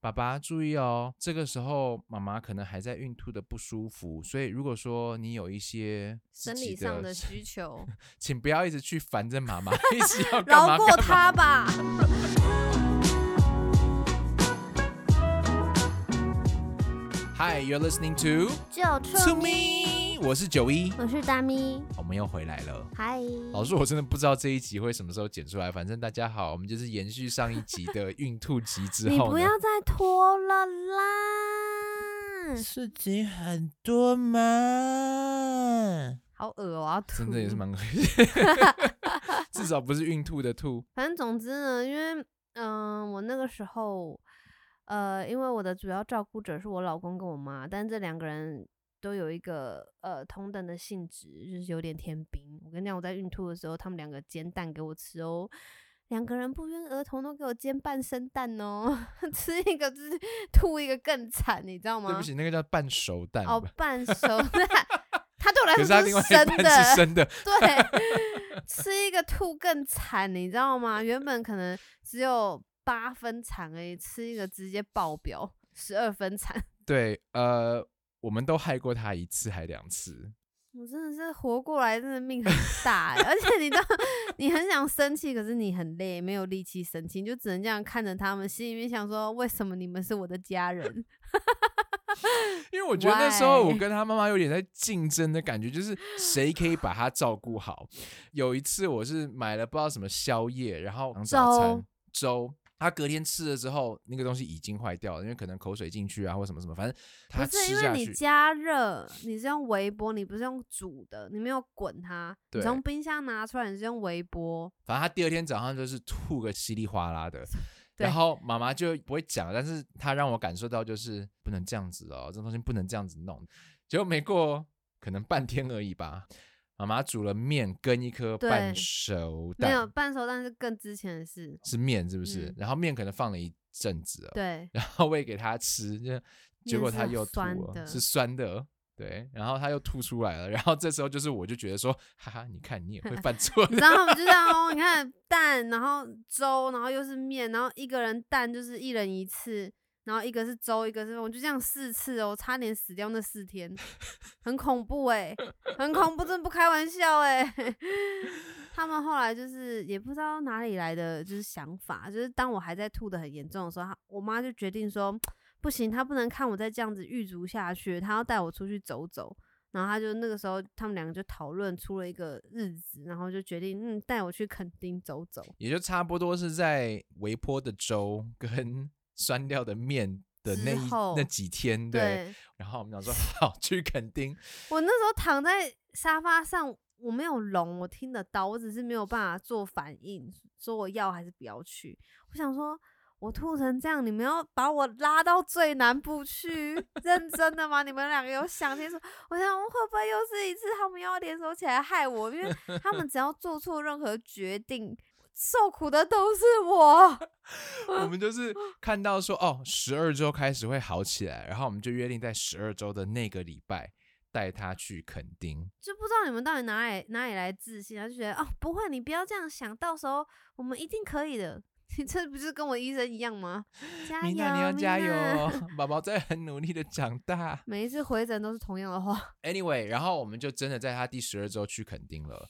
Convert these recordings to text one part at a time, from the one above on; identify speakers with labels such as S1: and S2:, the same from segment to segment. S1: 爸爸注意哦，这个时候妈妈可能还在孕吐的不舒服，所以如果说你有一些自
S2: 生
S1: 己
S2: 理上的需 求，
S1: 请不要一直去烦着妈 妈，一直要干嘛
S2: 饶过
S1: 干嘛。
S2: 他吧。
S1: Hi, you're listening to
S2: 就
S1: To Me，我是九一，
S2: 我是大咪，
S1: 我们又回来了。
S2: 嗨，
S1: 老师，我真的不知道这一集会什么时候剪出来。反正大家好，我们就是延续上一集 的孕吐集之
S2: 你
S1: 后
S2: 不
S1: 呢
S2: 要，再拖了啦，
S1: 事情很多嘛，
S2: 好恶哦我要吐。
S1: 真的也是蛮可 惜，至少不是孕吐的吐。
S2: 反正总之呢，因为嗯、我那个时候，呃，因为我的主要照顾者是我老公跟我妈，但这两个人都有一个呃同等的性质，就是有点天兵。我跟你讲，我在孕吐的时候，他们两个煎蛋给我吃哦。两个人不约而同都给我煎半生蛋哦， 吃一个就是吐一个更惨，你知道吗？
S1: 对不起，那个叫半熟蛋 吧。
S2: 哦，半熟 蛋，它对我来
S1: 可
S2: 说
S1: 是它
S2: 就
S1: 另外
S2: 生
S1: 一
S2: 的，
S1: 半是生的，
S2: 对，吃一个吐更惨，你知道吗？原本可能只有八分惨而已，吃一个直接爆表，十二分惨。
S1: 对，呃，我们都害过他一次还两次，
S2: 我真的是活过来，真的命很大欸、而且你知道，你很想生气，可是你很累，没有力气生气，你就只能这样看着他们，心里面想说：为什么你们是我的家人？
S1: 因为我觉得那时候我
S2: Why？
S1: 跟他妈妈有点在竞争的感觉，就是谁可以把他照顾好。有一次我是买了不知道什么宵夜，然后早餐粥。他隔天吃了之后，那个东西已经坏掉了，因为可能口水进去啊，或什么什么，反正 他
S2: 不是
S1: 吃
S2: 因
S1: 下
S2: 为你
S1: 去，
S2: 加热，你是用微波，你不是用煮的，你没有滚它，你
S1: 对
S2: 从冰箱拿出来，你是用微波。
S1: 反正他第二天早上就是吐个稀里哗啦的。
S2: 对
S1: 然后妈妈就不会讲，但是她让我感受到就是不能这样子哦，这东西不能这样子弄。结果没过可能半天而已吧，妈妈煮了面跟一颗
S2: 对
S1: 半熟
S2: 没有
S1: 蛋，
S2: 半熟蛋是更之前的事。
S1: 是面是不是？
S2: 嗯
S1: 然后面可能放了一阵子了，
S2: 对，
S1: 然后喂给他吃，就结果他又吐
S2: 面是酸
S1: 了，
S2: 的
S1: 是酸的。对，然后他又吐出来了，然后这时候就是我就觉得说，哈哈，你看你也会犯 错
S2: 你知道吗？就这样哦，你看蛋，然后粥，然后又是面，然后一个人蛋就是一人一次，然后一个是粥，一个是我就这样四次哦，差点死掉那四天，很恐怖哎、很恐怖，真的不开玩笑哎、他们后来就是也不知道哪里来的就是想法，就是当我还在吐的很严重的时候，他我妈就决定说不行，她不能看我再这样子狱卒下去，她要带我出去走走。然后他就那个时候，他们两个就讨论出了一个日子，然后就决定，嗯，带我去垦丁走走。
S1: 也就差不多是在微波的粥跟 酸掉的面的那
S2: 之
S1: 一
S2: 后
S1: 那几天，对。
S2: 对
S1: 然后我们想说，好去垦 丁，
S2: 我那时候躺在沙发上，我没有聋，我听得到，我只是没有办法做反应，说我要还是不要去。我想说，我吐成这样，你们要把我拉到最南部去，认真的吗？你们两个有想清楚？我想我会不会又是一次他们要联手起来害我？因为他们只要做错任何决定，受苦的都是我。
S1: 我们就是看到说，哦，十二周开始会好起来，然后我们就约定在十二周的那个礼拜带他去垦丁。
S2: 就不知道你们到底哪里哪里来自信啊，就觉得哦，不会，你不要这样想，到时候我们一定可以的。 你这不是跟我医生一样吗？加油，
S1: 米娜，你要加
S2: 米
S1: 油
S2: 娜！
S1: 哦， 宝宝在很努力的长大。
S2: 每一次回诊都是同样的话，
S1: Anyway，然后我们就真的在他第十二周去垦丁了。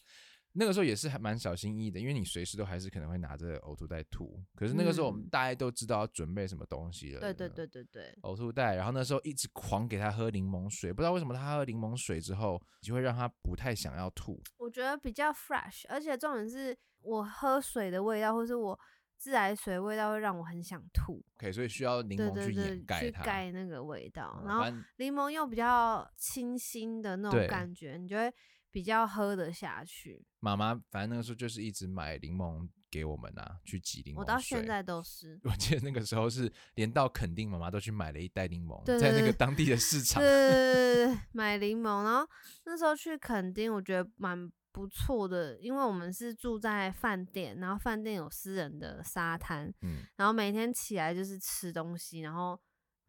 S1: 那个时候也是还蛮小心翼翼的，因为你随时都还是可能会拿着呕吐袋吐。可是那个时候我们
S2: 嗯
S1: 大概都知道要准备什么东西了。
S2: 对对对对对，
S1: 呕吐袋，然后那时候一直狂给他喝柠檬水，不知道为什么他喝柠檬水之后，就会让他不太想要吐。
S2: 我觉得比较 fresh，而且重点是我喝水的味道，或是我自来水味道会让我很想吐，
S1: OK，所以需要柠
S2: 对
S1: 檬
S2: 对
S1: 去掩
S2: 对，
S1: 盖
S2: 去
S1: 它。
S2: 盖那个味道，
S1: 嗯
S2: 然后
S1: 反正
S2: 柠檬又比较清新的那
S1: 对
S2: 种感觉，你就会比较喝得下去。
S1: 妈妈，反正那个时候就是一直买柠檬给我们啊，去挤柠檬水。
S2: 我到现，在都是，
S1: 我记得那个时候是连到垦丁，妈妈都去买了一袋柠檬，
S2: 对
S1: 在那
S2: 对
S1: 个
S2: 对
S1: 当地的 市场。
S2: 对对对，买柠檬。然后那时候去垦丁，我觉得蛮不错的，因为我们是住在饭店，然后饭店有私人的沙滩，
S1: 嗯，
S2: 然后每天起来就是吃东西，然后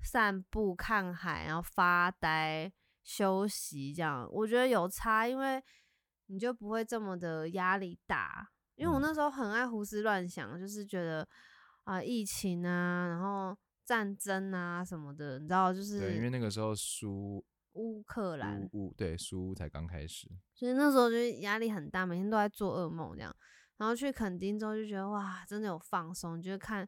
S2: 散步、看海，然后发呆、休息，这样我觉得有差，因为你就不会这么的压力大。因为我
S1: 嗯
S2: 那时候很爱胡思乱想，就是觉得啊、疫情啊，然后战争啊什么的，你知道，就
S1: 对，因为
S2: 是
S1: 那个时候苏
S2: 乌克兰，
S1: 乌乌对苏乌才刚开始，
S2: 所以那时候就是压力很大，每天都在做噩梦这样。然后去垦丁之后就觉得哇，真的有放松，就是看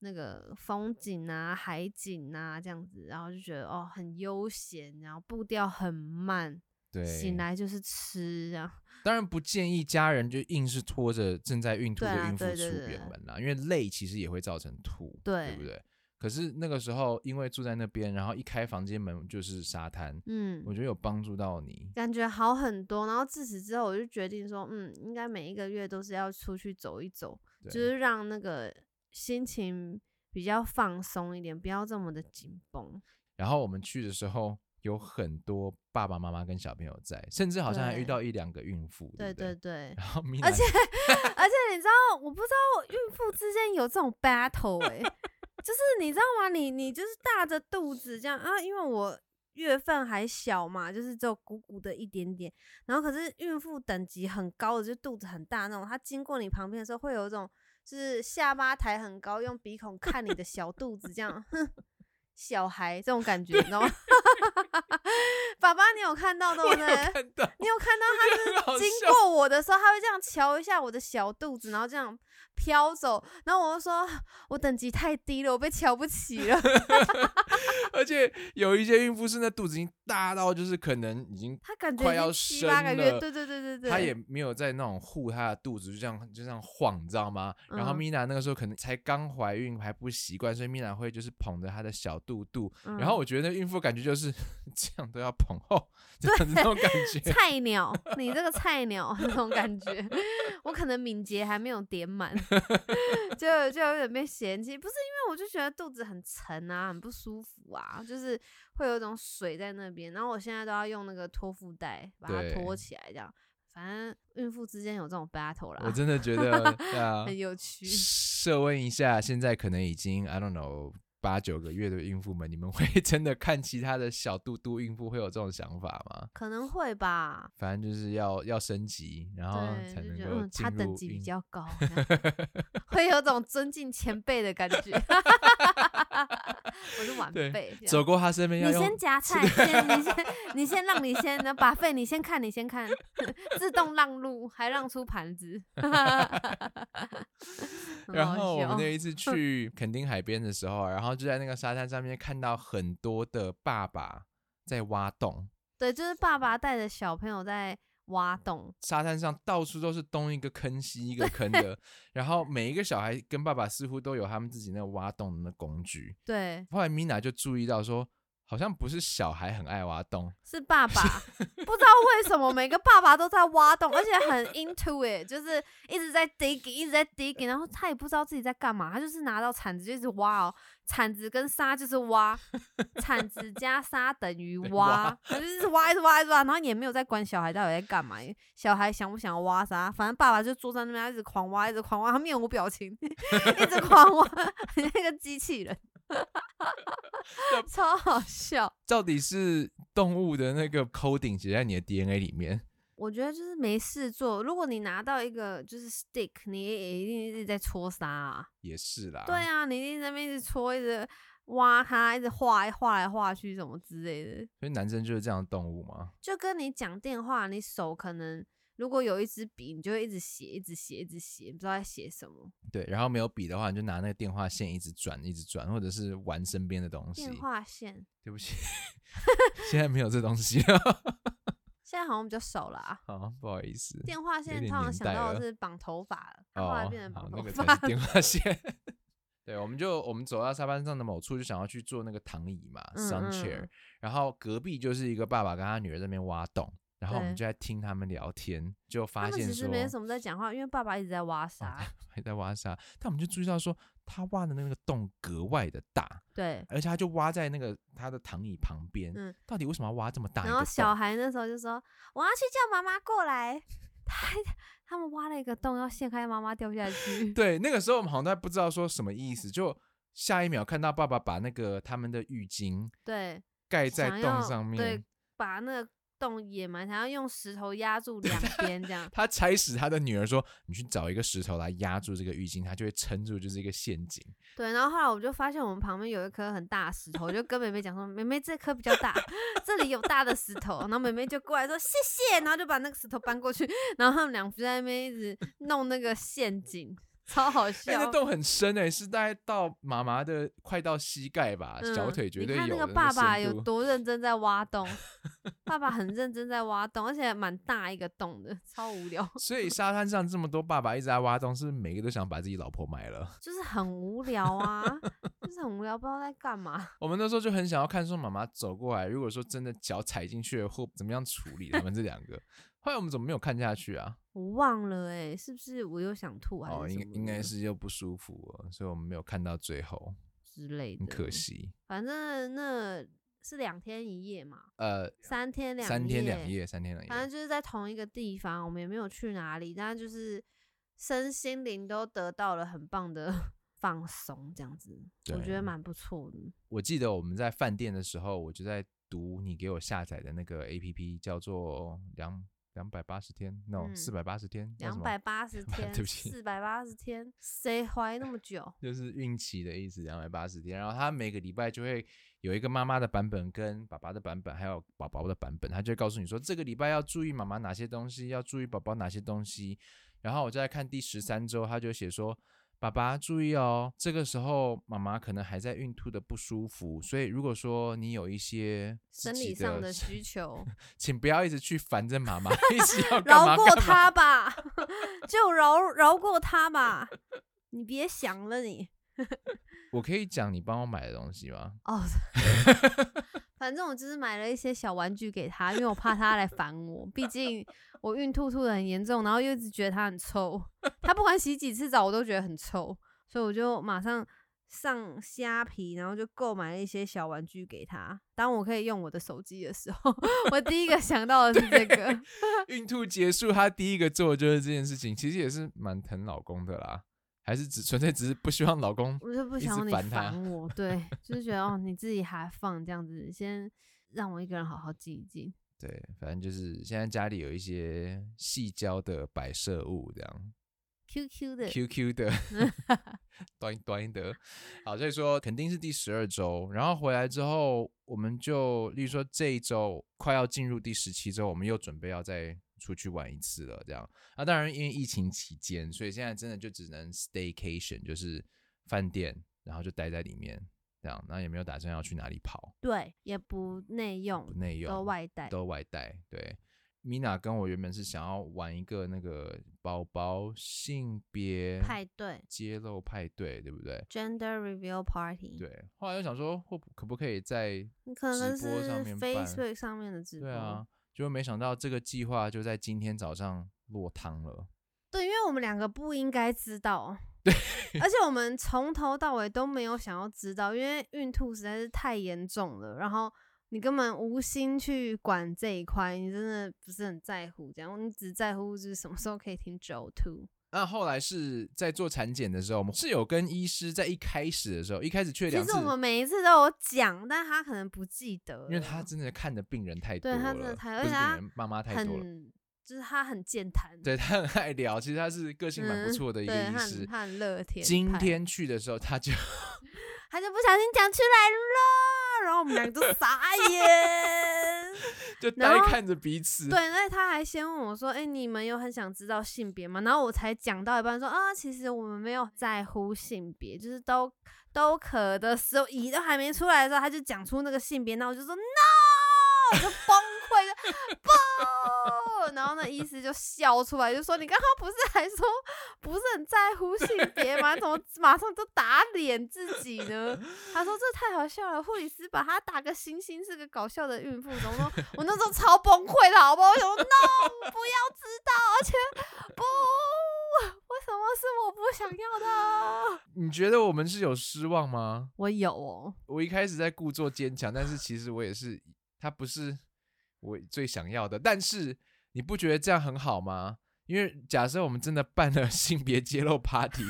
S2: 那个风景啊、海景啊这样子，然后就觉得哦很悠闲，然后步调很慢，
S1: 对，
S2: 醒来就是吃啊，
S1: 当然不建议家人就硬是拖着正在孕吐
S2: 对
S1: 的
S2: 啊
S1: 孕妇
S2: 对
S1: 出
S2: 对对
S1: 远门啦、因为累其实也会造成吐，对
S2: 对
S1: 不对？可是那个时候因为住在那边，然后一开房间门就是沙滩，
S2: 嗯
S1: 我，觉得有帮助到你。
S2: 感觉好很多。然后自此之后，我就决定说，嗯，应该每一个月都是要出去走一走，
S1: 对，
S2: 就是让那个心情比较放松一点，不要这么的紧绷。
S1: 然后我们去的时候有很多爸爸妈妈跟小朋友在，甚至好像还遇
S2: 对
S1: 到一两个孕妇，
S2: 对
S1: 不对
S2: 对对，
S1: 然后米
S2: 而
S1: 兰
S2: 且而且你知道，我不知道孕妇之间有这种 battle 哎、就是你知道吗？你你就是大着肚子这样啊，因为我月份还小嘛，就是只有鼓鼓的一点点。然后可是孕妇等级很高的，就肚子很大那种，她经过你旁边的时候，会有一种就是下巴抬很高，用鼻孔看你的小肚子这样，哼，小孩这种感觉，你知道吗？ 爸爸，你有看到对不对？
S1: 看 到
S2: 你有看到他
S1: 很好
S2: 嗯经
S1: 笑
S2: 过我的时候，他会这样瞧一下我的小肚子，然后这样飘走，然后我就说我等级太低了，我被瞧不起了。
S1: 而且有一些孕妇是那肚子已经大到就是可能已经
S2: 他感觉
S1: 快
S2: 已
S1: 要
S2: 经七八个
S1: 生
S2: 月，
S1: 了
S2: 对对对对对，
S1: 他也没有在那种护她的肚子，就这样就这样晃，你知道吗？然后
S2: 嗯
S1: 米娜那个时候可能才刚怀孕，还不习惯，所以米娜会就是捧着她的小肚肚。然后
S2: 嗯
S1: 我觉得那孕妇感觉就是 这样都要捧后， 这样子那种感 觉。
S2: 菜鸟，你这个菜鸟 那种感觉，我可能敏捷还没有 点满，就就有点被嫌弃。不是因为我就觉得肚子很沉啊，很不舒服啊，就是会有一种水在那边。然后我现在都要用那个托腹带把它
S1: 对
S2: 托起来，这样。反正孕妇之间有这种 battle
S1: 我
S2: 啦，
S1: 真的觉得，对啊，
S2: 很有趣。
S1: 设问一下，现在可能已经 I don't know 八九个月的孕妇们，你们会真的看其他的小肚肚孕妇会有这种想法吗？
S2: 可能会吧，
S1: 反正就是要要升级，然后
S2: 对，
S1: 啊哦才
S2: 就
S1: 能
S2: 觉得
S1: 够
S2: 嗯，
S1: 进
S2: 他
S1: 入
S2: 等级比
S1: 孕
S2: 较 高，这样会有种尊敬前辈的感觉。 我是晚
S1: 对
S2: 辈，这样
S1: 走过他身边要
S2: 你
S1: 用
S2: 先夹菜，先你先你先让你先呢，把费你先看，你先看， 自动让路，还让出盘子， 很好
S1: 然后我
S2: 笑
S1: 们那一次去垦丁海边的时候，啊然后就在那个沙滩上面看到很多的爸爸在挖洞，
S2: 对，就是爸爸带着小朋友在挖洞，
S1: 沙滩上到处都是东一个坑西一个坑 的，然后每一个小孩跟爸爸似乎都有他们自己那个挖洞的那工具。
S2: 对，
S1: 后来米娜就注意到说，好像不是小孩很爱挖洞，
S2: 是爸爸，不知道为什么每个爸爸都在挖洞，而且很 into it，就是一直在 digging，一直在 digging，然后他也不知道自己在干嘛，他就是拿到铲子就一直挖哦，铲子跟沙就是挖，铲子加沙等于
S1: 挖
S2: 挖，他就是一直挖一直挖一直挖，然后也没有在管小孩到底在干嘛，小孩想不想挖啥，反正爸爸就坐在那边他一直狂挖，一直狂挖，他面无表情， 一直狂挖， 很像一个机器人
S1: 要，
S2: 超好笑。
S1: 到底是动物的那个 coding 写在你的 DNA 里面。
S2: 我觉得就是没事做。如果你拿到一个就是 stick，你也一定一直在戳沙啊。
S1: 也是啦，
S2: 对啊，你一定在那边一直戳，一直挖它，一直画，画来画去什么之类的。
S1: 所以男生就是这样的动物嘛。
S2: 就跟你讲电话，你手可能如果有一支笔，你就会一直写，一直写，一直写，你不知道在写什么。
S1: 对，然后没有笔的话，你就拿那个电话线一直转，一直转，或者是玩身边的东西。
S2: 电话线
S1: 对不起， 现在没有这东西了。
S2: 现在好像比较少了啊。
S1: 好，不好意思。
S2: 电话线
S1: 点
S2: 通常
S1: 年
S2: 想
S1: 代
S2: 到
S1: 了
S2: 的是绑头发了，它后来
S1: 哦
S2: 变，成
S1: 好
S2: 绑，
S1: 那
S2: 头
S1: 个
S2: 发
S1: 才
S2: 了。
S1: 是电话线。 对，我们就我们走到沙滩上的某处，就想要去坐那个躺椅嘛、
S2: 嗯
S1: s u n
S2: 嗯
S1: chair。然后隔壁就是一个爸爸跟他女儿在那边挖洞，然后我们
S2: 对
S1: 就在听他们聊天，就
S2: 他
S1: 发
S2: 们
S1: 现
S2: 其实
S1: 说哦
S2: 没什么在讲话，因为爸爸一直在挖沙。
S1: 还在挖沙，但我们就注意到说他挖的那个洞格外的大，
S2: 对，
S1: 而且他就挖在那个他的躺椅旁边。
S2: 嗯
S1: 到底为什么要挖这么大一个
S2: 然
S1: 洞？
S2: 后小孩那时候就说：“我要去叫妈妈过来。” 他还他们挖了一个洞，要陷害妈妈掉下去。
S1: 对，那个时候我们好像都还不知道说什么意思，就下一秒看到爸爸把那个他们的浴巾
S2: 对，
S1: 盖在
S2: 想
S1: 洞
S2: 要
S1: 上面，。
S2: 对，把那个洞掩埋，想要用石头压住两边这样
S1: 他才使他的女儿说：“你去找一个石头来压住这个浴巾，它就会撑住，就是一个陷阱。
S2: 对，然后后来我就发现我们旁边有一颗很大的石头，我就跟妹妹讲说：“妹妹，这颗比较大， 这里有大的石头。”然后妹妹就过来说：“谢谢。”然后就把那个石头搬过去，然后他们俩就在那边一直弄那个陷阱，超好
S1: 哎，那
S2: 笑。
S1: 洞很深哎、是大概到妈妈的快到膝盖吧，
S2: 嗯
S1: 小腿绝对有
S2: 你看
S1: 的
S2: 那
S1: 那
S2: 个
S1: 个
S2: 爸爸
S1: 深
S2: 有
S1: 度
S2: 多认真在挖 洞，爸爸很认真在挖洞，而且蛮大一个洞的，超无 聊，
S1: 所以沙滩上这么多爸爸一直在挖洞，是不是每个都想把自己老婆买了？
S2: 就是很无聊啊，就是很无聊，不知道在干嘛。
S1: 我们那时候就很想要看，说妈妈走过来，如果说真的脚踩进去了，或怎么样处理他们这两个。后来我们怎么没有看下去啊？
S2: 我忘了哎、是不是我又想吐还
S1: 哦，
S2: 是
S1: 应
S2: 什
S1: 该
S2: 么
S1: 应该
S2: 的
S1: 是又不舒服了，所以我们没有看到最后，
S2: 之类的，
S1: 很可。惜。
S2: 反正那是两天一夜嘛，
S1: 呃，
S2: 三天两
S1: 三天两，夜，三天两
S2: 反
S1: 夜
S2: 正。就是在同一个地方，我们也没有去哪里，但就是身心灵都得到了很棒的 放松，这样子我觉
S1: 对
S2: 得蛮不错的。
S1: 我记得我们在饭店的时候，我就在读你给我下载的那个 A P P，叫做两两百八十天，no
S2: 嗯
S1: 四百八十天，叫什
S2: 两
S1: 么
S2: 百八十 天，
S1: 对不起
S2: 四百八十天，谁怀那么久？
S1: 就是孕期的意思，两百八十天。然后他每个礼拜就会有一个妈妈的版本、跟爸爸的版本，还有宝宝的版本。他就会告诉你说，这个礼拜要注意妈妈哪些东西，要注意宝宝哪些东西。然后我就在看第十三周，他就写说。爸爸注意哦，这个时候妈妈可能还在孕吐的不舒服，所以如果说你有一些自
S2: 生
S1: 己
S2: 理上的 需求，
S1: 请不要一直去烦着妈妈， 一直要干嘛
S2: 饶过
S1: 干嘛。
S2: 他吧， 就饶饶过他吧，你别想了你。
S1: 我可以讲你帮我买的东西吗？
S2: 哦，反正我就是买了一些小玩具给他，因为我怕他来烦我。毕竟我孕吐吐的很严重，然后又一直觉得他很臭，他不管洗几次澡我都觉得很臭，所以我就马上上虾皮，然后就购买了一些小玩具给他。当我可以用我的手机的时候， 我第一个想到的是这个。
S1: 孕吐结束，她第一个做的就是这件事情，其实也是蛮疼老公的啦，还是只纯粹只是不希望老公
S2: 我就不
S1: 一
S2: 想
S1: 直
S2: 要你
S1: 烦他
S2: 烦我，对，就是觉得哦，你自己还放这样子，先让我一个人好好静一静。
S1: 对，反正就是现在家里有一些细胶的摆设物这样
S2: QQ 的，
S1: ，QQ 的，端端的，好，所以说肯定是第十二周，然后回来之后，我们就例如说这一周快要进入第十七周，我们又准备要再出去玩一次了，这样。那、当然，因为疫情期间，所以现在真的就只能 staycation，就是饭店，然后就待在里面这样，然后也没有打算要去哪里跑，
S2: 对，也不内用
S1: 不，内用，
S2: 都外带。
S1: 都外带。对，Mina 跟我原本是想要玩一个那个宝宝性别
S2: 派对
S1: 揭露派对，对不对？
S2: （Gender Reveal Party），，
S1: 对，后来又想说，或可不可以在
S2: 你可能
S1: 直播
S2: 嗯是
S1: 上面办
S2: Facebook 上面的直播。
S1: 对啊，就没想到这个计划就在今天早上落汤了。
S2: 对因为我们两个不应该知 道，对，而且我们从头到尾都没有想要知道，因为孕吐实在是太严重了，然后你根本无心去管这一块，你真的不是很在乎，这样你只在乎就是什么时候可以停止呕吐。
S1: 那后来是在做产检的时候，我们是有跟医师在一开始的时候，一开始去了
S2: 其
S1: 两
S2: 实
S1: 次，
S2: 我们每一次都有讲，但他可能不记得了，
S1: 因为他真的看的病人太多
S2: 对
S1: 了，
S2: 他真的太
S1: 不
S2: 而
S1: 是
S2: 且
S1: 病
S2: 他
S1: 人妈妈太多了，
S2: 很就是他很健谈，
S1: 对他很爱聊，其实他是个性蛮不
S2: 嗯
S1: 错的一个
S2: 对，
S1: 医
S2: 他
S1: 师
S2: 很。他很乐天派。
S1: 今天去的时候，他就
S2: 他就不小心讲出来了，然后我们两个都傻 眼。
S1: 就
S2: 然
S1: 呆
S2: 后
S1: 看着彼此。
S2: 对，那他还先问我说：“哎、你们有很想知道性别吗？”然后我才讲到一半说：“啊，其实我们没有在乎性别，就是都都可的时候，乙都还没出来的时候，他就讲出那个性别，那我就说 no，我就崩溃，就不。然后那医师就笑出来，就说：“你刚刚不是还说不是很在乎性别吗？怎么马上就打脸自己呢？”他说：“这太好笑了，护理师把他打个星星，是个搞笑的孕妇。”然后说我那时候超崩溃的，好不好？我想说 no，不要知道，而且不，为什么是我不想要的？
S1: 你觉得我们是有失望吗？
S2: 我有哦，
S1: 我一开始在故作坚强，但是其实我也是，他不是我最想要的。但是你不觉得这样很好吗？因为假设我们真的 办了性别揭露 party，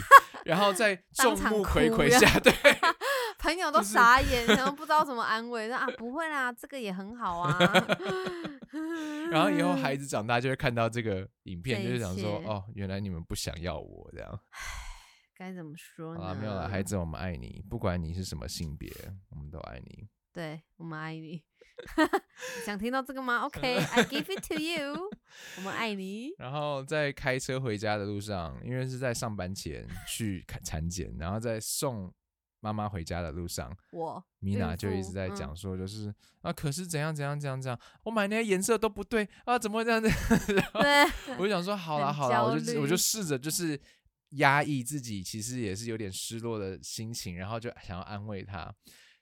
S1: 然后在
S2: 当
S1: 众
S2: 场
S1: 目
S2: 哭
S1: 睽睽
S2: 呀
S1: 下，对，
S2: 朋朋友都傻眼，然后不知道怎么安慰，说啊不会啦，这个也很好 啊。
S1: 然后以后孩子长大就会看到这个影片，
S2: 这
S1: 就
S2: 一
S1: 是想说
S2: 切哦
S1: 哦，原来你们不想要我这样。
S2: 该怎么说
S1: 好
S2: 呢？
S1: 啦，没有啦，孩子，我们爱你，不管你是什么性别，我们都爱你。
S2: 对我们爱你。 想听到这个吗？OK，I、give it to you，我们爱你。
S1: 然后在开车回家的路上，因为是在上班 前去看产检，然后在送妈妈回家的路上，
S2: 我
S1: 米
S2: 孕
S1: 娜就一
S2: 妇
S1: 直在
S2: 嗯
S1: 讲说，就是、啊，可是怎样怎样怎样怎样，我买那些颜色都不对啊，怎么会这样子？ 然后
S2: 对，
S1: 我就想说，好啦
S2: 很
S1: 好啦，我
S2: 焦
S1: 就
S2: 虑
S1: 我就试着就是压抑自己，其实也是有点失落的心情，然后就想要安慰她。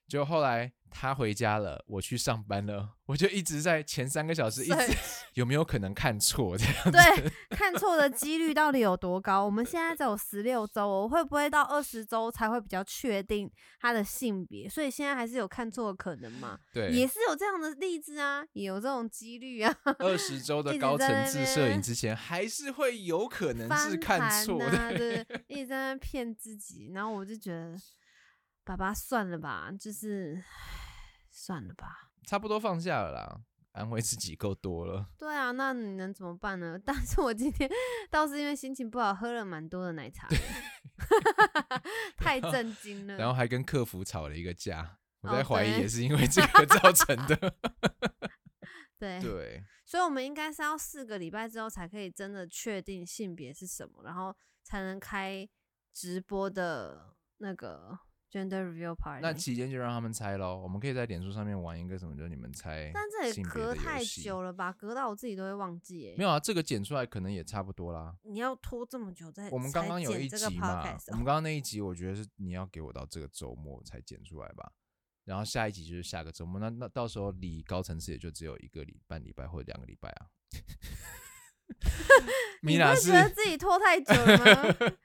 S1: 就后来她回家了，我去上班了，我就一直在前三个小时一
S2: 所以
S1: 直有没有可能看错这样子？
S2: 对，看错的几率到底有多高？我们现在只有十六周，哦我会不会到二十周才会比较确定他的性别？所以现在还是有看错的可能嘛？
S1: 对，
S2: 也是有这样的例子啊，也有这种几率啊，
S1: 二十周
S2: 一
S1: 的
S2: 直
S1: 高
S2: 在
S1: 层
S2: 那
S1: 次摄影
S2: 边
S1: 之前，还是会有可能
S2: 翻
S1: 是看
S2: 盘啊
S1: 错的。
S2: 呐对，一直在那骗自己，然后我就觉得，爸爸算了吧，就是算了吧。
S1: 差不多放下了啦，安慰自己够多了。
S2: 对啊，那你能怎么办呢？ 但是我今天倒是因为心情不好，喝了蛮多的奶茶的， 太震惊了。
S1: 然后还跟客服吵了一个架，我
S2: 嗯哦
S1: 在怀疑
S2: 对
S1: 也是因为这个造成 的。
S2: 对，
S1: 对，
S2: 所以我们应该是要四个礼拜之后才可以真的确定性别是什么，然后才能开直播的那个 gender reveal party。
S1: 那期间就让他们猜喽。我们可以在脸书上面玩一个什么，就是你们猜
S2: 但这也
S1: 性别
S2: 隔
S1: 的游
S2: 太
S1: 戏。
S2: 久了吧，隔到我自己都会忘记耶。
S1: 没有啊，这个剪出来可能也差不多啦。
S2: 你要拖这么久再
S1: 我们刚
S2: 才
S1: 刚有
S2: 剪
S1: 一
S2: 这个
S1: 集嘛，嗯
S2: podcast 哦
S1: 我们刚刚那一集，我觉得是你要给我到这个周末才剪出来吧。然后下一集就是下个周末，那那到时候离高层次也就只有一个礼半礼拜或者两个礼拜啊。 米
S2: 你不
S1: 娜
S2: 会
S1: 是
S2: 觉得自己拖太久了吗？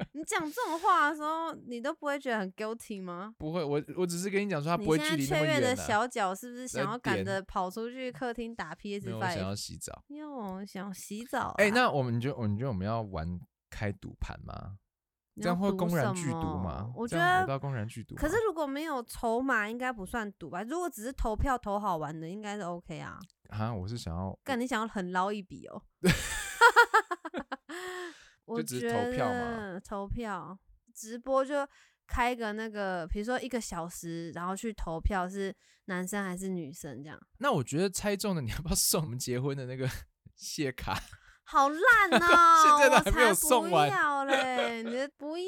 S2: 你讲这种话的时候，你都不会觉得很 guilty 吗？
S1: 不会，我我只是跟你讲说他
S2: 你
S1: 不会
S2: 现
S1: 距
S2: 在
S1: 离那么
S2: 雀跃的
S1: 远、啊。
S2: 小脚是不是想
S1: 在
S2: 要赶
S1: 点
S2: 着跑出去客厅打
S1: 没有，我想
S2: PS5？
S1: 要洗澡。
S2: 哟，想洗澡啊、
S1: 哎、那我们觉得，我们觉得我们要玩开赌盘吗？
S2: 你
S1: 这样
S2: 要
S1: 会
S2: 赌
S1: 公然
S2: 什
S1: 剧毒
S2: 么
S1: 吗？
S2: 我
S1: 这
S2: 觉
S1: 样
S2: 得
S1: 有到公然剧毒吗。
S2: 可是如果没有筹码，应该不算赌吧？如果只是投票投好玩的，应该是 OK 啊。
S1: 啊，我是想要
S2: 但你想要很捞一 笔哦。我
S1: 只
S2: 觉
S1: 是投票嘛
S2: 得投票直播就开个那个，比如说一个小时，然后去投票是男生还是女生这样，
S1: 那我觉得猜中了，你要不要送我们结婚的那个 谢卡？
S2: 好烂哦！
S1: 现在都
S2: 我
S1: 还没有
S2: 才
S1: 送完
S2: 不 要嘞，你的不要，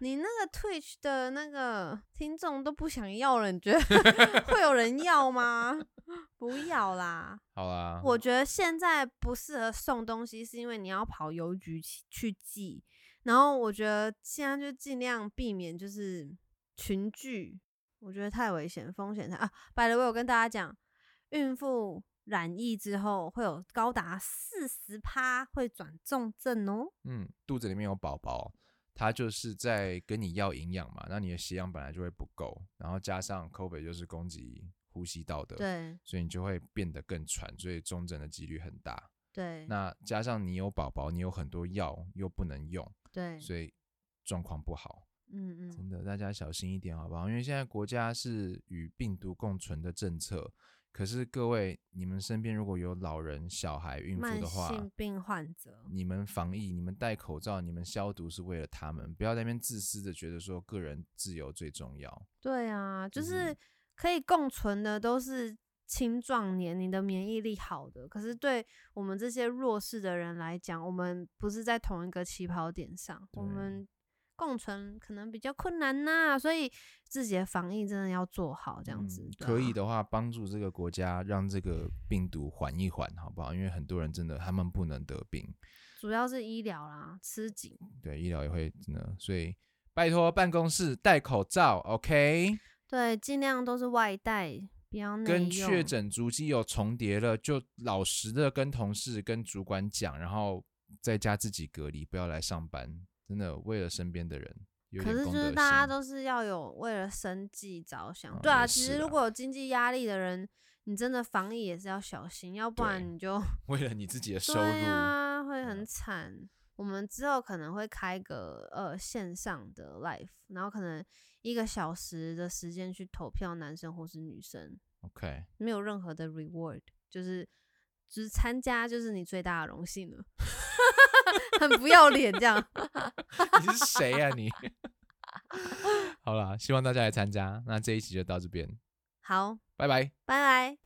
S2: 你那个 Twitch 的那个听众都不想要了，你觉得 会有人要吗？ 不要啦！
S1: 好啦，
S2: 我觉得现在不适合送东西，是因为你要跑邮局去去寄。然后我觉得现在就尽量避免就是群聚，我觉得太危险，风险太啊。by the way，我跟大家讲，孕妇染疫之后会有高达四十趴会转重症哦。
S1: 嗯，肚子里面有宝宝，他就是在跟你要营养嘛，那你的血氧本来就会不够，然后加上 COVID 就是攻击呼吸道的，，
S2: 对
S1: 所以你就会变得更喘，所以重症的几率很大。
S2: 对
S1: 那加上你有宝宝，你有很多药又不能用，
S2: 对，
S1: 所以状况不好。
S2: 嗯嗯，
S1: 真的，大家小心一点好不好？因为现在国家是与病毒共存的政策，可是各位，你们身边如果有老人、小孩、孕妇
S2: 慢
S1: 的话，
S2: 性病患者，
S1: 你们防疫、你们戴口罩、你们消毒是为了他们，不要在那边自私的觉得说个人自由最重要。
S2: 对啊，就
S1: 就是
S2: 是可以共存的都是青壮年，你的免疫力好的。可是对我们这些弱势的人来讲，我们不是在同一个起跑点上，我
S1: 对
S2: 们共存可能比较困难呐、所以自己的防疫真的要做好，这样子、
S1: 嗯
S2: 对
S1: 可以
S2: 啊。
S1: 的话，帮助这个国家让这个病毒缓一缓，好不好？因为很多人真的他们不能得病，
S2: 主要是医疗啦，吃紧。
S1: 对医疗也会真的，所以拜托办公室戴口罩，OK？
S2: 对，尽量都是外带，不要内
S1: 跟
S2: 用
S1: 确诊足迹有重叠了，就老实的跟同事、跟主管讲，然后在家自己隔离，不要来上班。真的，为了身边的人，有
S2: 可
S1: 点
S2: 是
S1: 公
S2: 就
S1: 德
S2: 是
S1: 心
S2: 大家都是要有为了生计着想，
S1: 啊
S2: 对啊。
S1: 也
S2: 其
S1: 是
S2: 实如
S1: 啦
S2: 果有经济压力的人，你真的防疫也是要小心，要不
S1: 对
S2: 然你就
S1: 为了你自己的收入，
S2: 对啊，会
S1: 嗯
S2: 很惨。我们之后可能会开个呃线上的 live，然后可能一个小时的时间去投票男生或是女生，
S1: OK，
S2: 没有任何的 reward，就是就是参加就是你最大的荣幸了， 很不要脸这样。
S1: 你是谁呀、你？ 好啦，希望大家来参加。那这一期就到这边，
S2: 好，
S1: 拜拜。
S2: 拜拜。